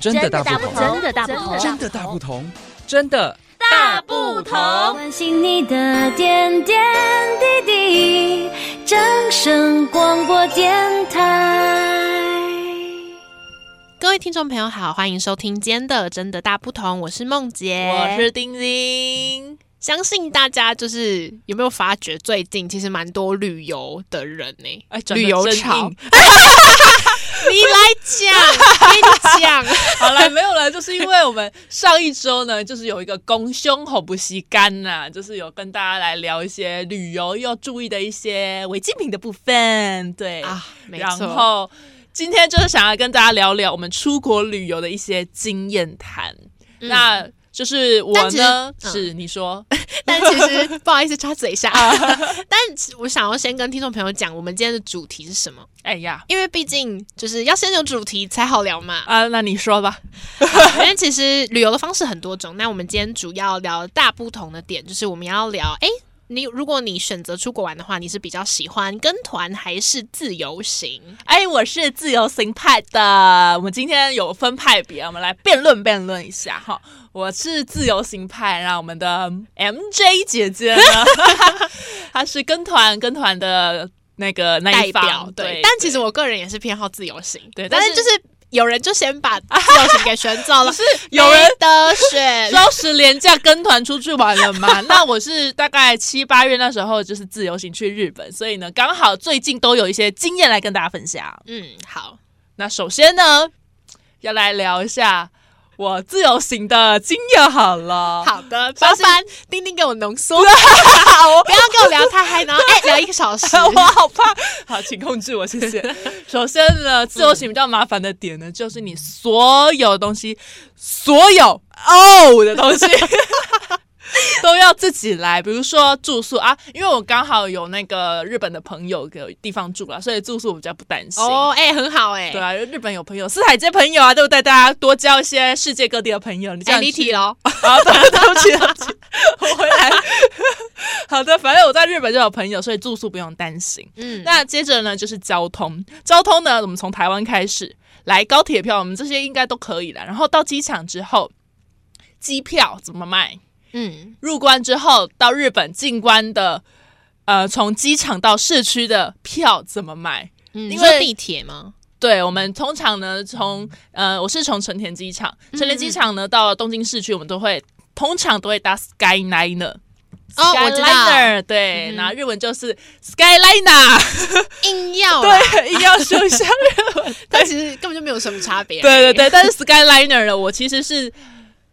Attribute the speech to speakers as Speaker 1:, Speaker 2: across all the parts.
Speaker 1: 真的大
Speaker 2: 大
Speaker 1: 不同，
Speaker 2: 真的大不
Speaker 3: 真
Speaker 2: 同，
Speaker 3: 的
Speaker 1: 真的大不同，真的
Speaker 2: 大不同。
Speaker 3: 关心你的点点滴滴，掌声广播电台。
Speaker 4: 各位听众朋友好，欢迎收听今天的《真的大不同》，我是梦洁，
Speaker 2: 我是丁丁，
Speaker 4: 相信大家就是有没有发觉，最近其实蛮多旅游的人呢、
Speaker 2: 哎真的
Speaker 4: 旅游
Speaker 2: 真
Speaker 4: 潮，
Speaker 2: 硬
Speaker 4: 你来讲，
Speaker 2: 哎
Speaker 4: 你讲，
Speaker 2: 好了，没有了，就是因为我们上一周呢，就是有一个公胸吼不吸干呐、就是有跟大家来聊一些旅游要注意的一些违禁品的部分，对
Speaker 4: 啊没错
Speaker 2: 然后今天就是想要跟大家聊聊我们出国旅游的一些经验谈，那。就是我
Speaker 4: 嗯但其实
Speaker 2: 呢，
Speaker 4: 嗯
Speaker 2: 是你说，
Speaker 4: 但其实不好意思插嘴一 下，但我想要先跟听众朋友讲，我们今天的主题是什么？
Speaker 2: 哎呀，
Speaker 4: 因为毕竟就是要先有主题才好聊嘛。
Speaker 2: 啊，那你说吧，
Speaker 4: 因为其实旅游的方式很多种，那我们今天主要聊大不同的点，就是我们要聊，哎，你如果你选择出国玩的话，你是比较喜欢跟团还是自由行？
Speaker 2: 哎，我是自由行派的。我们今天有分派别，我们来辩论辩论一下哈。我是自由行派，让我们的 MJ 姐 姐呢，她是跟团跟团的那个那
Speaker 4: 代
Speaker 2: 一
Speaker 4: 表
Speaker 2: 方，
Speaker 4: 对
Speaker 2: 对。，
Speaker 4: 但其实
Speaker 2: 对
Speaker 4: 我个人也是偏好自由行，
Speaker 2: 对
Speaker 4: 但
Speaker 2: 但
Speaker 4: 是
Speaker 2: 是
Speaker 4: 就是有人就先 把自由行给选走了，是
Speaker 2: 有人
Speaker 4: 的选，
Speaker 2: 双十连假跟团出去玩了 嘛？那我是大概七八月那时候就是自由行去日本，所以呢，刚好最近都有一些经验来跟大家分享。
Speaker 4: 嗯，好，
Speaker 2: 那首先呢，要来聊一下我自由行的经验好了。
Speaker 4: 好的，
Speaker 2: 发
Speaker 4: 麻
Speaker 2: 现
Speaker 4: 烦丁丁给我浓 缩，不要跟我聊太嗨，然后哎、聊一个小时，
Speaker 2: 我好怕。好，请控制我，谢谢。首先呢，自由行比较麻烦的点呢，就是你所有东西，所有哦的东西。都要自己来，比如说住宿啊，因为我刚好有那个日本的朋友有地方住了，所以住宿我比较不担心。
Speaker 4: 哦，哎、很好哎、
Speaker 2: 对啊，日本有朋友，四海皆朋友啊，对不对？大家多交一些世界各地的朋友。你这
Speaker 4: 哎，
Speaker 2: 样
Speaker 4: 离
Speaker 2: 去
Speaker 4: 题喽，
Speaker 2: 好的，对不起，对不起，我回来。 好的，反正我在日本就有朋友，所以住宿不用担心。
Speaker 4: 嗯，
Speaker 2: 那接着呢，就是交通。交通呢，我们从台湾开始，来高铁票，我们这些应该都可以了。然后到机场之后，机票怎么卖？
Speaker 4: 嗯，
Speaker 2: 入关之后到日本进关的，呃，从机场到市区的票怎么买？
Speaker 4: 嗯，你
Speaker 2: 因
Speaker 4: 说
Speaker 2: 为
Speaker 4: 地铁吗？
Speaker 2: 对，我们通常呢，从呃，我是从成田机场，
Speaker 4: 嗯
Speaker 2: 成田机场呢到东京市区，我们都会通常都会搭 Skyliner。
Speaker 4: 哦我知道
Speaker 2: Skyliner，对，
Speaker 4: 嗯哼哦
Speaker 2: 那、日文就是 Skyliner，
Speaker 4: 硬要啦，
Speaker 2: 对，一定要说一下日文。
Speaker 4: 但其实根本就没有什么差别。
Speaker 2: 对对，对，但是 Skyliner 呢，我其实是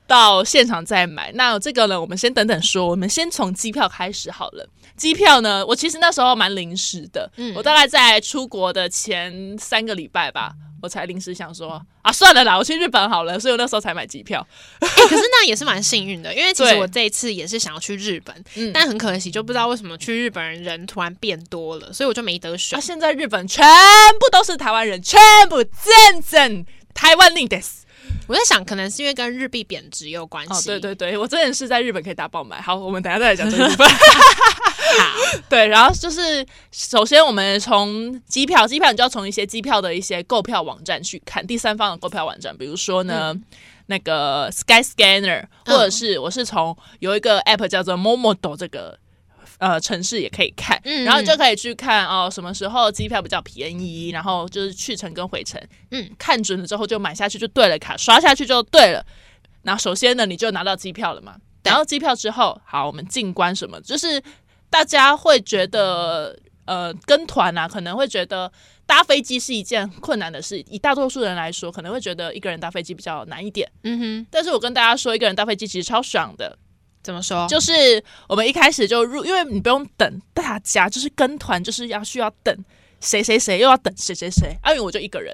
Speaker 2: 到现场再买。那这个呢，我们先等等说，我们先从机票开始好了。机票呢，我其实那时候蛮临时的，
Speaker 4: 嗯
Speaker 2: 我大概在出国的前三个礼拜吧，我才临时想说啊，算了啦，我去日本好了，所以我那时候才买机票。
Speaker 4: 哎可是那也是蛮幸运的，因为其实
Speaker 2: 对
Speaker 4: 我这一次也是想要去日本，
Speaker 2: 嗯
Speaker 4: 但很可惜就不知道为什么去日本人人突然变多了，所以我就没得选
Speaker 2: 啊，。现在日本全部都是台湾人，全部真正台湾令 des。
Speaker 4: 我在想，可能是因为跟日币贬值也有关
Speaker 2: 哦，
Speaker 4: 系。
Speaker 2: 对对对，我真的是在日本可以打爆买。好，我们等一下再来讲这个 部分。 对，然后就是首先我们从机票，机票你就要从一些机票的一些购票网站去看第三方的购票网站，比如说
Speaker 4: 嗯
Speaker 2: 呢。那个 Sky Scanner，或者是我是从有一个 app 叫做 Momodo 这个呃城市也可以看，
Speaker 4: 嗯
Speaker 2: 然后你就可以去看哦什么时候机票比较便宜，然后就是去程跟回程，
Speaker 4: 嗯，
Speaker 2: 看准了之后就买下去就对了，卡刷下去就对了。那首先呢，你就拿到机票了嘛，
Speaker 4: 对
Speaker 2: 拿到机票之后，好，我们进关什么，就是大家会觉得呃跟团啊，可能会觉得搭飞机是一件困难的事，以大多数人来说，可能会觉得一个人搭飞机比较难一点。
Speaker 4: 嗯哼，
Speaker 2: 但是我跟大家说，一个人搭飞机其实超爽的，
Speaker 4: 怎么说？
Speaker 2: 就是我们一开始就入，因为你不用等大家，就是跟团就是要需要等谁谁谁，又要等谁谁谁，啊因为我就一个人，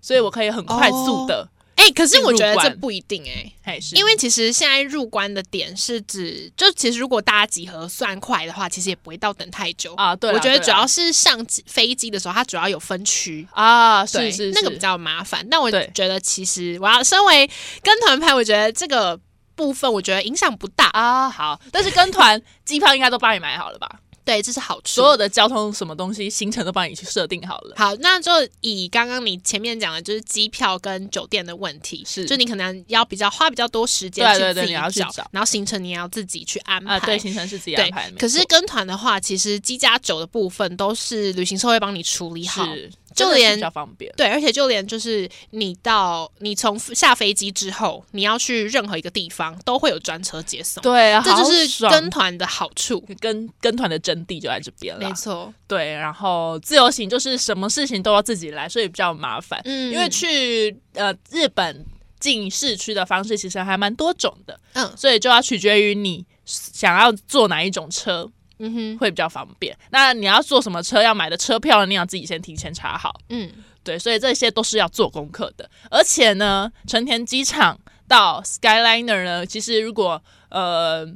Speaker 2: 所以我可以很快速的，
Speaker 4: 哎、可是我觉得
Speaker 2: 入
Speaker 4: 这
Speaker 2: 关
Speaker 4: 不一定哎、
Speaker 2: 哎、是
Speaker 4: 因为其实现在入关的点是指，就其实如果大家集合算快的话，其实也不会到等太久
Speaker 2: 啊对啦
Speaker 4: 我觉得
Speaker 2: 对啦
Speaker 4: 主要是上机飞机的时候，它主要有分区。
Speaker 2: 啊，
Speaker 4: 对
Speaker 2: 是是
Speaker 4: 那个
Speaker 2: 是
Speaker 4: 比较麻烦。但我
Speaker 2: 对
Speaker 4: 觉得其实我要身为跟团派，我觉得这个部分我觉得影响不大。啊
Speaker 2: 啊好，但是跟团机票应该都帮你买好了吧？
Speaker 4: 对， 这是好处。
Speaker 2: 所有的交通什么东西行程都帮你去设定好了。
Speaker 4: 好，那就以刚刚你前面讲的，就是机票跟酒店的问题，
Speaker 2: 是
Speaker 4: 就你可能要比较花比较多时间
Speaker 2: 对
Speaker 4: 去
Speaker 2: 对
Speaker 4: 自
Speaker 2: 对
Speaker 4: 己
Speaker 2: 你要去
Speaker 4: 找
Speaker 2: 找，
Speaker 4: 然后行程你也要自己去安排。
Speaker 2: 啊，对，行程是自己
Speaker 4: 对
Speaker 2: 安排的。
Speaker 4: 可是
Speaker 2: 没错
Speaker 4: 跟团的话，其实机加酒的部分都是旅行社会帮你处理好。
Speaker 2: 是
Speaker 4: 就
Speaker 2: 真的是
Speaker 4: 连
Speaker 2: 比较方便。
Speaker 4: 对，而且就连就是你到你从下飞机之后，你要去任何一个地方，都会有专车接送。
Speaker 2: 对啊，
Speaker 4: 这
Speaker 2: 好
Speaker 4: 就是
Speaker 2: 爽
Speaker 4: 跟团的好处。啊
Speaker 2: 跟跟团的真谛就在这边了
Speaker 4: 没。错，
Speaker 2: 对，然后自由行就是什么事情都要自己来，所以比较麻烦。
Speaker 4: 嗯
Speaker 2: 因为去呃日本进市区的方式其实还蛮多种的，
Speaker 4: 嗯
Speaker 2: 所以就要取决于你想要坐哪一种车
Speaker 4: 嗯哼
Speaker 2: 会比较方便。那你要坐什么车，要买的车票呢，你要自己先提前查好。
Speaker 4: 嗯，
Speaker 2: 对，所以这些都是要做功课的。而且呢，成田机场到 Skyliner 呢，其实如果呃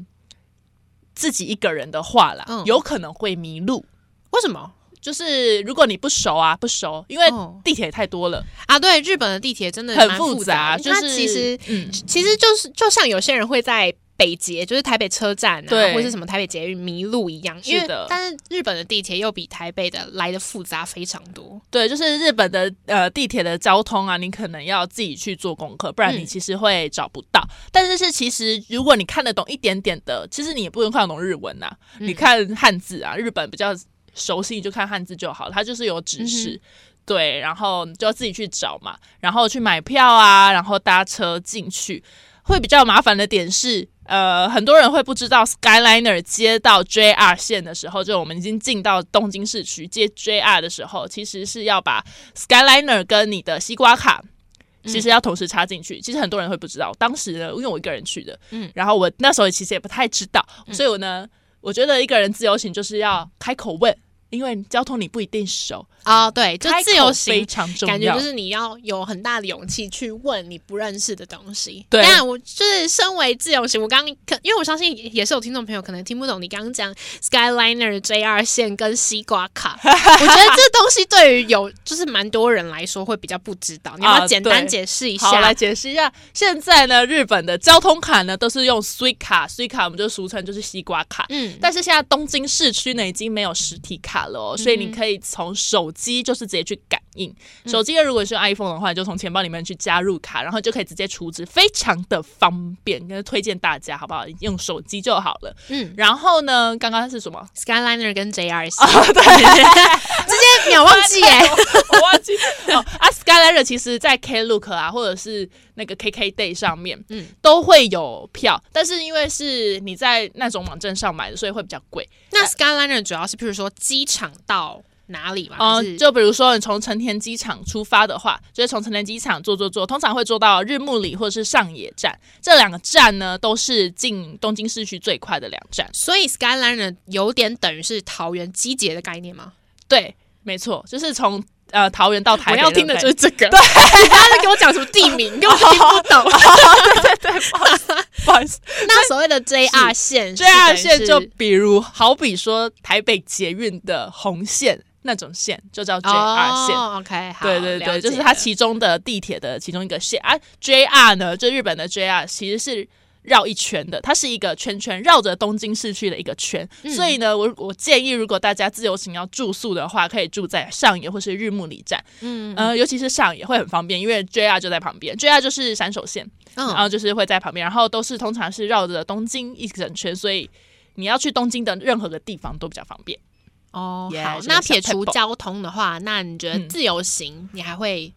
Speaker 2: 自己一个人的话啦，
Speaker 4: 嗯
Speaker 2: 有可能会迷路。
Speaker 4: 为什么
Speaker 2: 就是如果你不熟啊，不熟，因为
Speaker 4: 哦
Speaker 2: 地铁也太多了，
Speaker 4: 啊？对，日本的地铁真的
Speaker 2: 很
Speaker 4: 蛮
Speaker 2: 复
Speaker 4: 杂
Speaker 2: 杂。
Speaker 4: 的，
Speaker 2: 就
Speaker 4: 它
Speaker 2: 是
Speaker 4: 其实
Speaker 2: 嗯，
Speaker 4: 其实就是就像有些人会在北捷，就是台北车站啊，
Speaker 2: 对
Speaker 4: 或是什么台北捷运迷路一样，因为
Speaker 2: 是的
Speaker 4: 但是日本的地铁又比台北的来的复杂非常多。
Speaker 2: 对，就是日本的呃地铁的交通啊，你可能要自己去做功课，不然
Speaker 4: 嗯
Speaker 2: 你其实会找不到。但是是其实如果你看得懂一点点的，其实你也不用看得懂日文呐、你看汉字啊，日本比较熟悉，你就看汉字就好了，它就是有指示。对，然后就要自己去找嘛，然后去买票啊，然后搭车进去。会比较麻烦的点是，呃，很多人会不知道 Skyliner 接到 JR 线的时候，就我们已经进到东京市区接 JR 的时候，其实是要把 Skyliner 跟你的西瓜卡。
Speaker 4: 嗯
Speaker 2: 其实要同时插进去，其实很多人会不知道。当时呢，因为我一个人去的，
Speaker 4: 嗯
Speaker 2: 嗯，然后我那时候其实也不太知道，所以我呢，我觉得一个人自由行就是要开口问，因为交通你不一定熟，
Speaker 4: 啊、对，就
Speaker 2: 开口
Speaker 4: 自由
Speaker 2: 非
Speaker 4: 行。啊
Speaker 2: 常重要，
Speaker 4: 感觉就是你要有很大的勇气去问你不认识的东西。
Speaker 2: 对
Speaker 4: 但我就是身为自由行，我刚可因为我相信也是有听众朋友可能听不懂你刚刚讲 Skyliner JR 线跟西瓜 卡，我觉得这东西对于有就是蛮多人来说会比较不知道，你要不要
Speaker 2: 啊
Speaker 4: 简单
Speaker 2: 对
Speaker 4: 解释一
Speaker 2: 好，
Speaker 4: 下
Speaker 2: 来。解释一下，现在呢，日本的交通卡呢都是用 Sui 卡，Sui 卡我们就俗称就是西瓜卡。
Speaker 4: 嗯，
Speaker 2: 但是现在东京市区呢已经没有实体卡了哦，所以你可以从手机就是直接去感应。手机如果是 iPhone 的话，你就从钱包里面去加入卡，然后就可以直接储值，非常的方便。跟推荐大家好不好？用手机就好了。
Speaker 4: 嗯
Speaker 2: 嗯，然后呢，刚刚是什 么？
Speaker 4: Skyliner 跟 JR 线，
Speaker 2: 啊
Speaker 4: 对，直接秒忘记 耶。
Speaker 2: 我忘记 哦啊，Skyliner 其实在 Klook 啊，或者是那个 KKday 上面，
Speaker 4: 嗯
Speaker 2: 嗯，都会有票，但是因为是你在那种网站上买的，所以会比较贵。
Speaker 4: 那 Skyliner 主要是，譬如说机场到哪里嘛？还是
Speaker 2: 嗯，就比如说你从成田机场出发的话，就是从成田机场坐坐坐，通常会坐到日暮里或者是上野站，这两个站呢都是进东京市区最快的两站。
Speaker 4: 所以 Skyliner 有点等于是桃园机捷的概念吗？
Speaker 2: 对，没错，就是从呃桃园到台
Speaker 4: 我
Speaker 2: 北
Speaker 4: 要
Speaker 2: 种
Speaker 4: 听的
Speaker 2: 概
Speaker 4: 就
Speaker 2: 念
Speaker 4: 是这个。对，你刚才给我讲什么地名，你根本就听不 懂。
Speaker 2: 不好意思，
Speaker 4: 那所谓的 JR 线是
Speaker 2: 这样
Speaker 4: 等于
Speaker 2: 的
Speaker 4: 是，
Speaker 2: 线就比如好比说台北捷运的红线那种线，就叫 JR 线。
Speaker 4: 哦，OK，好，
Speaker 2: 对对
Speaker 4: 了解
Speaker 2: 对，就是它
Speaker 4: 了
Speaker 2: 其中的地铁的其中一个线啊。JR 呢，就日本的 JR 其实是绕一圈的，它是一个圈圈绕着东京市区的一个圈。
Speaker 4: 嗯
Speaker 2: 所以呢，我我建议如果大家自由行要住宿的话，可以住在上野或是日暮里站，
Speaker 4: 嗯
Speaker 2: 呃，尤其是上野会很方便，因为 JR 就在旁边，JR 就是山手线。然
Speaker 4: 嗯
Speaker 2: 后就是会在旁边，然后都是通常是绕着东京一整圈，所以你要去东京的任何个地方都比较方便。
Speaker 4: 哦
Speaker 2: Yeah，
Speaker 4: 好。
Speaker 2: 是
Speaker 4: 那
Speaker 2: 个小
Speaker 4: 撇除
Speaker 2: pebble
Speaker 4: 交通的话，那你觉得
Speaker 2: 嗯
Speaker 4: 自由行你还会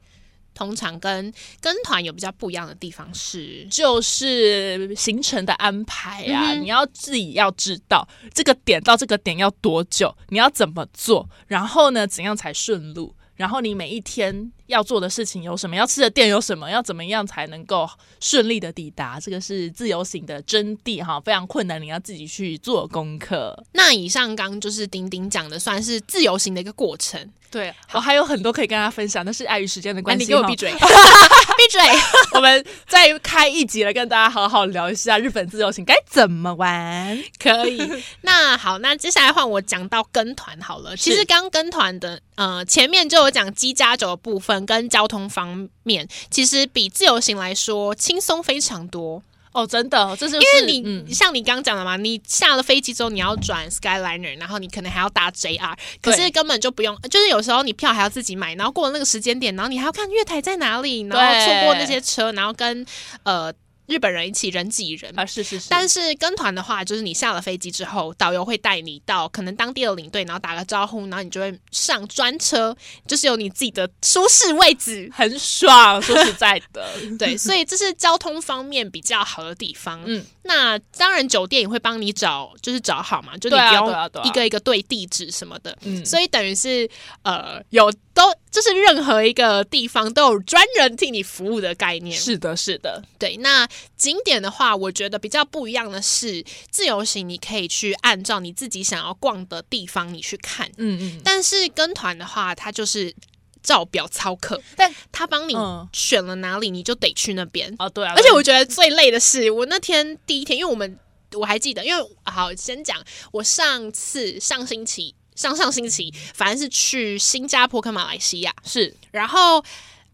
Speaker 4: 通常跟跟团有比较不一样的地方是？
Speaker 2: 就是行程的安排啊，
Speaker 4: 嗯哼
Speaker 2: 你要自己要知道这个点到这个点要多久，你要怎么做，然后呢怎样才顺路，然后你每一天要做的事情有什么，要吃的店有什么，要怎么样才能够顺利的抵达，这个是自由行的真谛哈，非常困难，你要自己去做功课。
Speaker 4: 那以上刚刚就是丁丁讲的，算是自由行的一个过程。
Speaker 2: 对我还有很多可以跟大家分享，但是碍于时间的
Speaker 4: 那
Speaker 2: 关系哦
Speaker 4: 你
Speaker 2: 哈，
Speaker 4: 给我闭嘴，闭嘴！
Speaker 2: 我们再开一集来跟大家好好聊一下日本自由行该怎么玩。
Speaker 4: 可以。那好，那接下来换我讲到跟团好了。其实刚跟团的，呃，前面就有讲机加酒的部分跟交通方面，其实比自由行来说轻松非常多。
Speaker 2: 哦，真的，这是
Speaker 4: 因为你、
Speaker 2: 嗯
Speaker 4: 像你刚讲的嘛，你下了飞机之后你要转 Skyliner，然后你可能还要搭 JR，可是
Speaker 2: 对
Speaker 4: 根本就不用，就是有时候你票还要自己买，然后过了那个时间点，然后你还要看月台在哪里，然后
Speaker 2: 对
Speaker 4: 错过那些车，然后跟呃日本人一起人挤人。
Speaker 2: 啊，是是是，
Speaker 4: 但是跟团的话，就是你下了飞机之后，导游会带你到可能当地的领队，然后打个招呼，然后你就会上专车，就是有你自己的舒适位置。
Speaker 2: 很爽，说实在 的，
Speaker 4: 对，所以这是交通方面比较好的地方。
Speaker 2: 嗯，
Speaker 4: 那当然，酒店也会帮你找，就是找好嘛，就你
Speaker 2: 对啊
Speaker 4: 不
Speaker 2: 对啊对
Speaker 4: 用
Speaker 2: 啊
Speaker 4: 一个一个对地址什么的。
Speaker 2: 嗯
Speaker 4: 所以等于是呃，有都就是任何一个地方都有专人替你服务的概念。
Speaker 2: 是的，是的，
Speaker 4: 对，那景点的话，我觉得比较不一样的是，自由行你可以去按照你自己想要逛的地方你去看，
Speaker 2: 嗯嗯，
Speaker 4: 但是跟团的话，它就是照表操课，
Speaker 2: 但
Speaker 4: 他帮你
Speaker 2: 嗯
Speaker 4: 选了哪里，你就得去那边。
Speaker 2: 哦对啊，
Speaker 4: 而且我觉得最累的是，我那天第一天，因为我们我还记得，因为好先讲，我上次上星期上上星期，反正是去新加坡跟马来西亚，
Speaker 2: 是
Speaker 4: 然后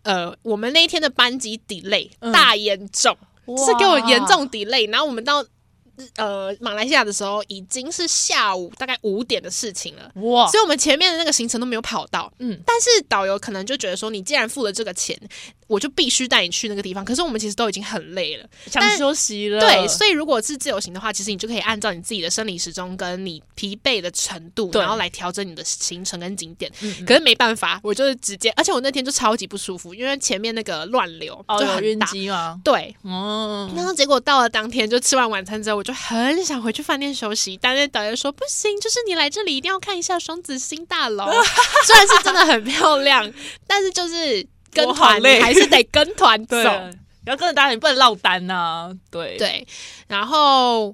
Speaker 4: 呃，我们那一天的班机 delay
Speaker 2: 嗯
Speaker 4: 大严重，
Speaker 2: 哇
Speaker 4: 是给我严重 delay，然后我们到。呃，马来西亚的时候已经是下午大概五点的事情了，
Speaker 2: 哇，
Speaker 4: 所以我们前面的那个行程都没有跑到。
Speaker 2: 嗯
Speaker 4: 但是导游可能就觉得说，你既然付了这个钱，我就必须带你去那个地方。可是我们其实都已经很累了，
Speaker 2: 想
Speaker 4: 但
Speaker 2: 休息了，
Speaker 4: 对。所以如果是自由行的话，其实你就可以按照你自己的生理时钟跟你疲惫的程度，
Speaker 2: 对
Speaker 4: 然后来调整你的行程跟景点。
Speaker 2: 嗯嗯
Speaker 4: 可是没办法，我就是直接，而且我那天就超级不舒服，因为前面那个乱流
Speaker 2: 哦
Speaker 4: 就
Speaker 2: 有
Speaker 4: 很
Speaker 2: 晕
Speaker 4: 大。
Speaker 2: 机吗？
Speaker 4: 对，
Speaker 2: 哦，
Speaker 4: 然后结果到了当天，就吃完晚餐之后，我就很想回去饭店休息，但是导游说不行，就是你来这里一定要看一下双子星大 楼，虽然是真的很漂亮，但是就是跟
Speaker 2: 我好
Speaker 4: 团
Speaker 2: 累
Speaker 4: 你还是得跟团走
Speaker 2: 对，。啊你要跟着大家，你不能落单呐，对
Speaker 4: 对，然后。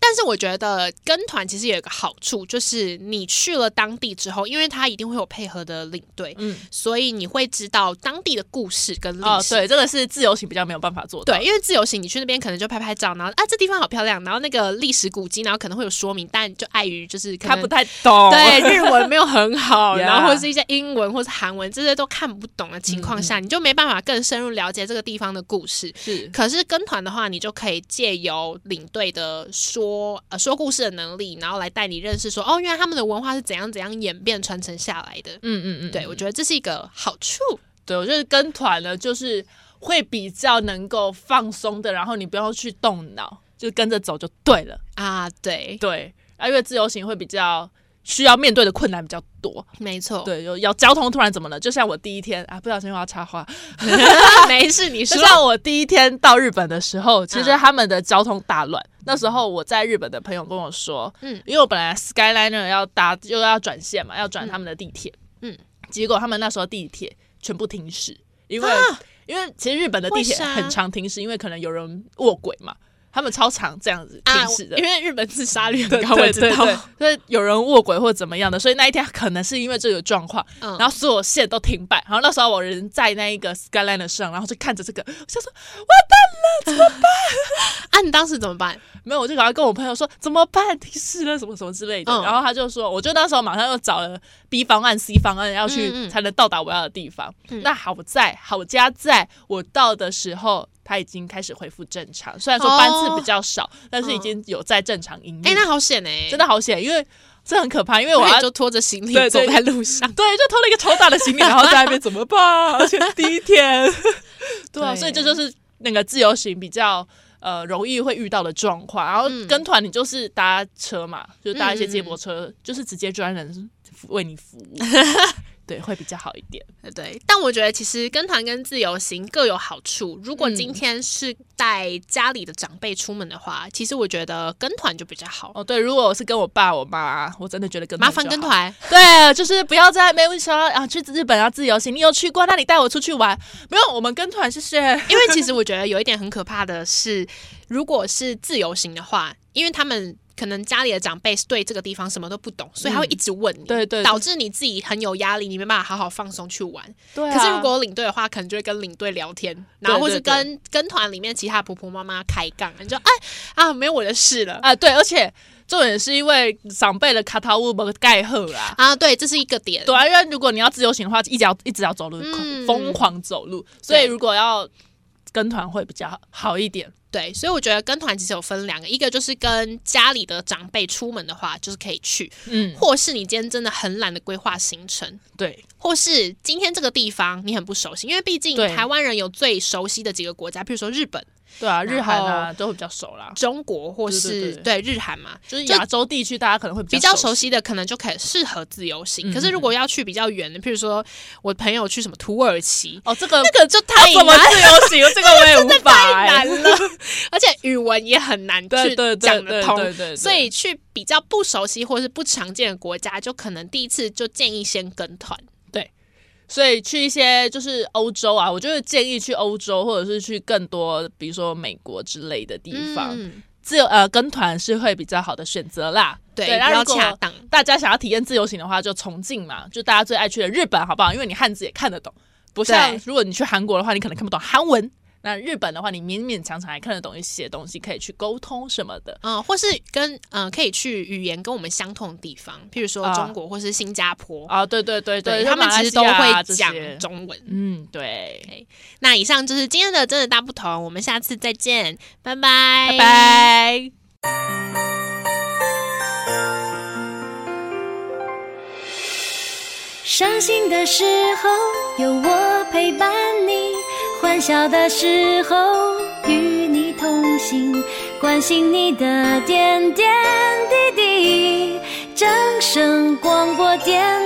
Speaker 4: 但是我觉得跟团其实有一个好处，就是你去了当地之后，因为他一定会有配合的领队，
Speaker 2: 嗯，
Speaker 4: 所以你会知道当地的故事跟历
Speaker 2: 哦
Speaker 4: 史。
Speaker 2: 对，这嗯个是自由行比较没有办法做到，
Speaker 4: 对，因为自由行，你去那边可能就拍拍照，然后啊，这地方好漂亮，然后那个历史古迹，然后可能会有说明，但就碍于就是可
Speaker 2: 他
Speaker 4: 能
Speaker 2: 不太懂，
Speaker 4: 对日文没有很好，
Speaker 2: Yeah
Speaker 4: 然后或是一些英文或是韩文这些都看不懂的情
Speaker 2: 嗯
Speaker 4: 况下，你就没办法更深入了解这个地方的故事。
Speaker 2: 是
Speaker 4: 可是跟团的话，你就可以借由领队的说呃说故事的能力，然后来带你认识说哦，原来他们的文化是怎样怎样演变传承下来的。
Speaker 2: 嗯嗯嗯，
Speaker 4: 对，我觉得这是一个好处。
Speaker 2: 对，我觉得跟团呢，就是会比较能够放松的，然后你不要去动脑，就跟着走就对了。
Speaker 4: 啊，对，
Speaker 2: 对，啊，因为自由行会比较需要面对的困难比较多。
Speaker 4: 没 错，
Speaker 2: 对，有有交通突然怎么了？就像我第一天啊，不小心又要插话。
Speaker 4: 没事，你嗯
Speaker 2: 就
Speaker 4: 说。
Speaker 2: 像我第一天到日本的时候，其实他们的交通大乱。那时候我在日本的朋友跟我说，
Speaker 4: 嗯
Speaker 2: 嗯，因为我本来 Skyliner 要搭又要转线嘛，要转他们的地铁，
Speaker 4: 嗯
Speaker 2: 嗯，结果他们那时候地铁全部停驶，因为、
Speaker 4: 啊
Speaker 2: 因为其实日本的地铁
Speaker 4: 为啥
Speaker 2: 很常停驶，因为可能有人卧轨嘛，他们超常这样子
Speaker 4: 啊
Speaker 2: 停驶的。
Speaker 4: 因为日本自杀率很
Speaker 2: 对
Speaker 4: 高，我
Speaker 2: 对
Speaker 4: 知
Speaker 2: 对
Speaker 4: 道
Speaker 2: 对。，所以有人卧轨或怎么样的，所以那一天可能是因为这个状况，
Speaker 4: 嗯
Speaker 2: 然后所有线都停摆，然后那时候我人在那一个 Skyliner 上，然后就看着这个，我想说
Speaker 4: 啊，你当时怎么办？
Speaker 2: 没有，我就赶快跟我朋友说怎么办，提示了什么什么之类的。
Speaker 4: 嗯
Speaker 2: 然后他就说，我就那时候马上又找了 B 方案、C 方案，要
Speaker 4: 嗯
Speaker 2: 去
Speaker 4: 嗯
Speaker 2: 才能到达我要的地方。
Speaker 4: 嗯
Speaker 2: 那好在好家在我到的时候，它已经开始恢复正常，虽然说班次比较少，但是已经有在正常营运。
Speaker 4: 哦哎、那好险哎、
Speaker 2: 嗯真的好险，因为这很可怕，因为
Speaker 4: 因为
Speaker 2: 我
Speaker 4: 我
Speaker 2: 要
Speaker 4: 就拖着行李
Speaker 2: 对
Speaker 4: 走
Speaker 2: 对
Speaker 4: 在路上。
Speaker 2: 对，就拖了一个超大的行李，然后在那边怎么 办？而且第一天， 对啊，
Speaker 4: 对
Speaker 2: 所以这就是那个自由行比较呃容易会遇到的状况。然后
Speaker 4: 嗯
Speaker 2: 跟团你就是搭车嘛，就是搭一些接驳车，就是直接专人服为你 服务，对，会比较好一点。
Speaker 4: 对，但我觉得其实跟团跟自由行各有好处。如果今天是带家里的长辈出门的话，其实我觉得跟团就比较好。
Speaker 2: 哦，对，如果我是跟我爸我妈，我真的觉得跟
Speaker 4: 麻烦跟
Speaker 2: 就好。
Speaker 4: 团，
Speaker 2: 对，啊就是不要在那边说啊，去日本要自由行，你有去过，那你带我出去玩。没有，我们跟团，谢谢。
Speaker 4: 因为其实我觉得有一点很可怕的是，如果是自由行的话，因为他们可能家里的长辈是对这个地方什么都不懂，所以他会一直问你，
Speaker 2: 对对对
Speaker 4: 导致你自己很有压力，你没办法好好放松去玩。
Speaker 2: 对、啊
Speaker 4: 可是如果有领队的话，可能就会跟领队聊天，然后或是
Speaker 2: 对对
Speaker 4: 跟跟团里面其他婆婆妈妈开杠，你就哎啊没有我的事了
Speaker 2: 啊，对，而且重点是因为长辈的卡塔乌不盖赫啦。
Speaker 4: 啊，对，这是一个点，
Speaker 2: 对啊，因为如果你要自由行的话，一直要一直要走路，
Speaker 4: 嗯
Speaker 2: 疯狂走路。所以
Speaker 4: 对
Speaker 2: 如果要跟团会比较好一点。
Speaker 4: 对，所以我觉得跟团其实有分两个，一个就是跟家里的长辈出门的话，就是可以去，
Speaker 2: 嗯，
Speaker 4: 或是你今天真的很懒得规划行程，
Speaker 2: 对，
Speaker 4: 或是今天这个地方你很不熟悉，因为毕竟
Speaker 2: 对
Speaker 4: 台湾人有最熟悉的几个国家，譬如说日本、
Speaker 2: 对啊，
Speaker 4: 然后
Speaker 2: 日韩啊都会比较熟啦，
Speaker 4: 中国或
Speaker 2: 对对
Speaker 4: 是日韩嘛，
Speaker 2: 就是
Speaker 4: 就
Speaker 2: 亚洲地区大家可能会
Speaker 4: 比较熟
Speaker 2: 熟，
Speaker 4: 悉的可能就可以适合自由行。
Speaker 2: 嗯
Speaker 4: 可是如果要去比较远的，譬如说我朋友去什么土耳其，
Speaker 2: 哦，这个
Speaker 4: 那个就太
Speaker 2: 要怎么
Speaker 4: 难
Speaker 2: 自由行？这个 我也无法欸，
Speaker 4: 难了，而且语文也很难
Speaker 2: 对
Speaker 4: 去
Speaker 2: 对对
Speaker 4: 讲
Speaker 2: 对
Speaker 4: 得
Speaker 2: 对
Speaker 4: 通。
Speaker 2: 对对，
Speaker 4: 所以去比较不熟悉或是不常见的国家，就可能第一次就建议先跟团。
Speaker 2: 所以去一些就是欧洲啊，我就是建议去欧洲，或者是去更多，比如说美国之类的地方，
Speaker 4: 嗯、
Speaker 2: 自由呃跟团是会比较好的选择啦。
Speaker 4: 对，
Speaker 2: 对，那
Speaker 4: 比较
Speaker 2: 如
Speaker 4: 恰
Speaker 2: 果
Speaker 4: 当。
Speaker 2: 大家想要体验自由行的话，就重庆嘛，就大家最爱去的日本，好不好？因为你汉字也看得懂，不像
Speaker 4: 对
Speaker 2: 如果你去韩国的话，你可能看不懂韩文。那日本的话，你勉勉强强还看得懂一些东西，可以去沟通什么的。
Speaker 4: 嗯，或是跟嗯、呃可以去语言跟我们相同的地方，譬如说
Speaker 2: 啊
Speaker 4: 中国或是新加坡，
Speaker 2: 啊，对对对
Speaker 4: 对
Speaker 2: 就
Speaker 4: 他们
Speaker 2: 马来
Speaker 4: 其实
Speaker 2: 西
Speaker 4: 都
Speaker 2: 亚啊
Speaker 4: 会
Speaker 2: 这
Speaker 4: 讲
Speaker 2: 些
Speaker 4: 中文。
Speaker 2: 嗯，对，
Speaker 4: 那以上就是今天的真的大不同，我们下次再见，拜拜，
Speaker 2: 拜。拜。
Speaker 3: 伤心的时候有我陪伴你，欢笑的时候与你同行，关心你的点点滴滴。掌声广播电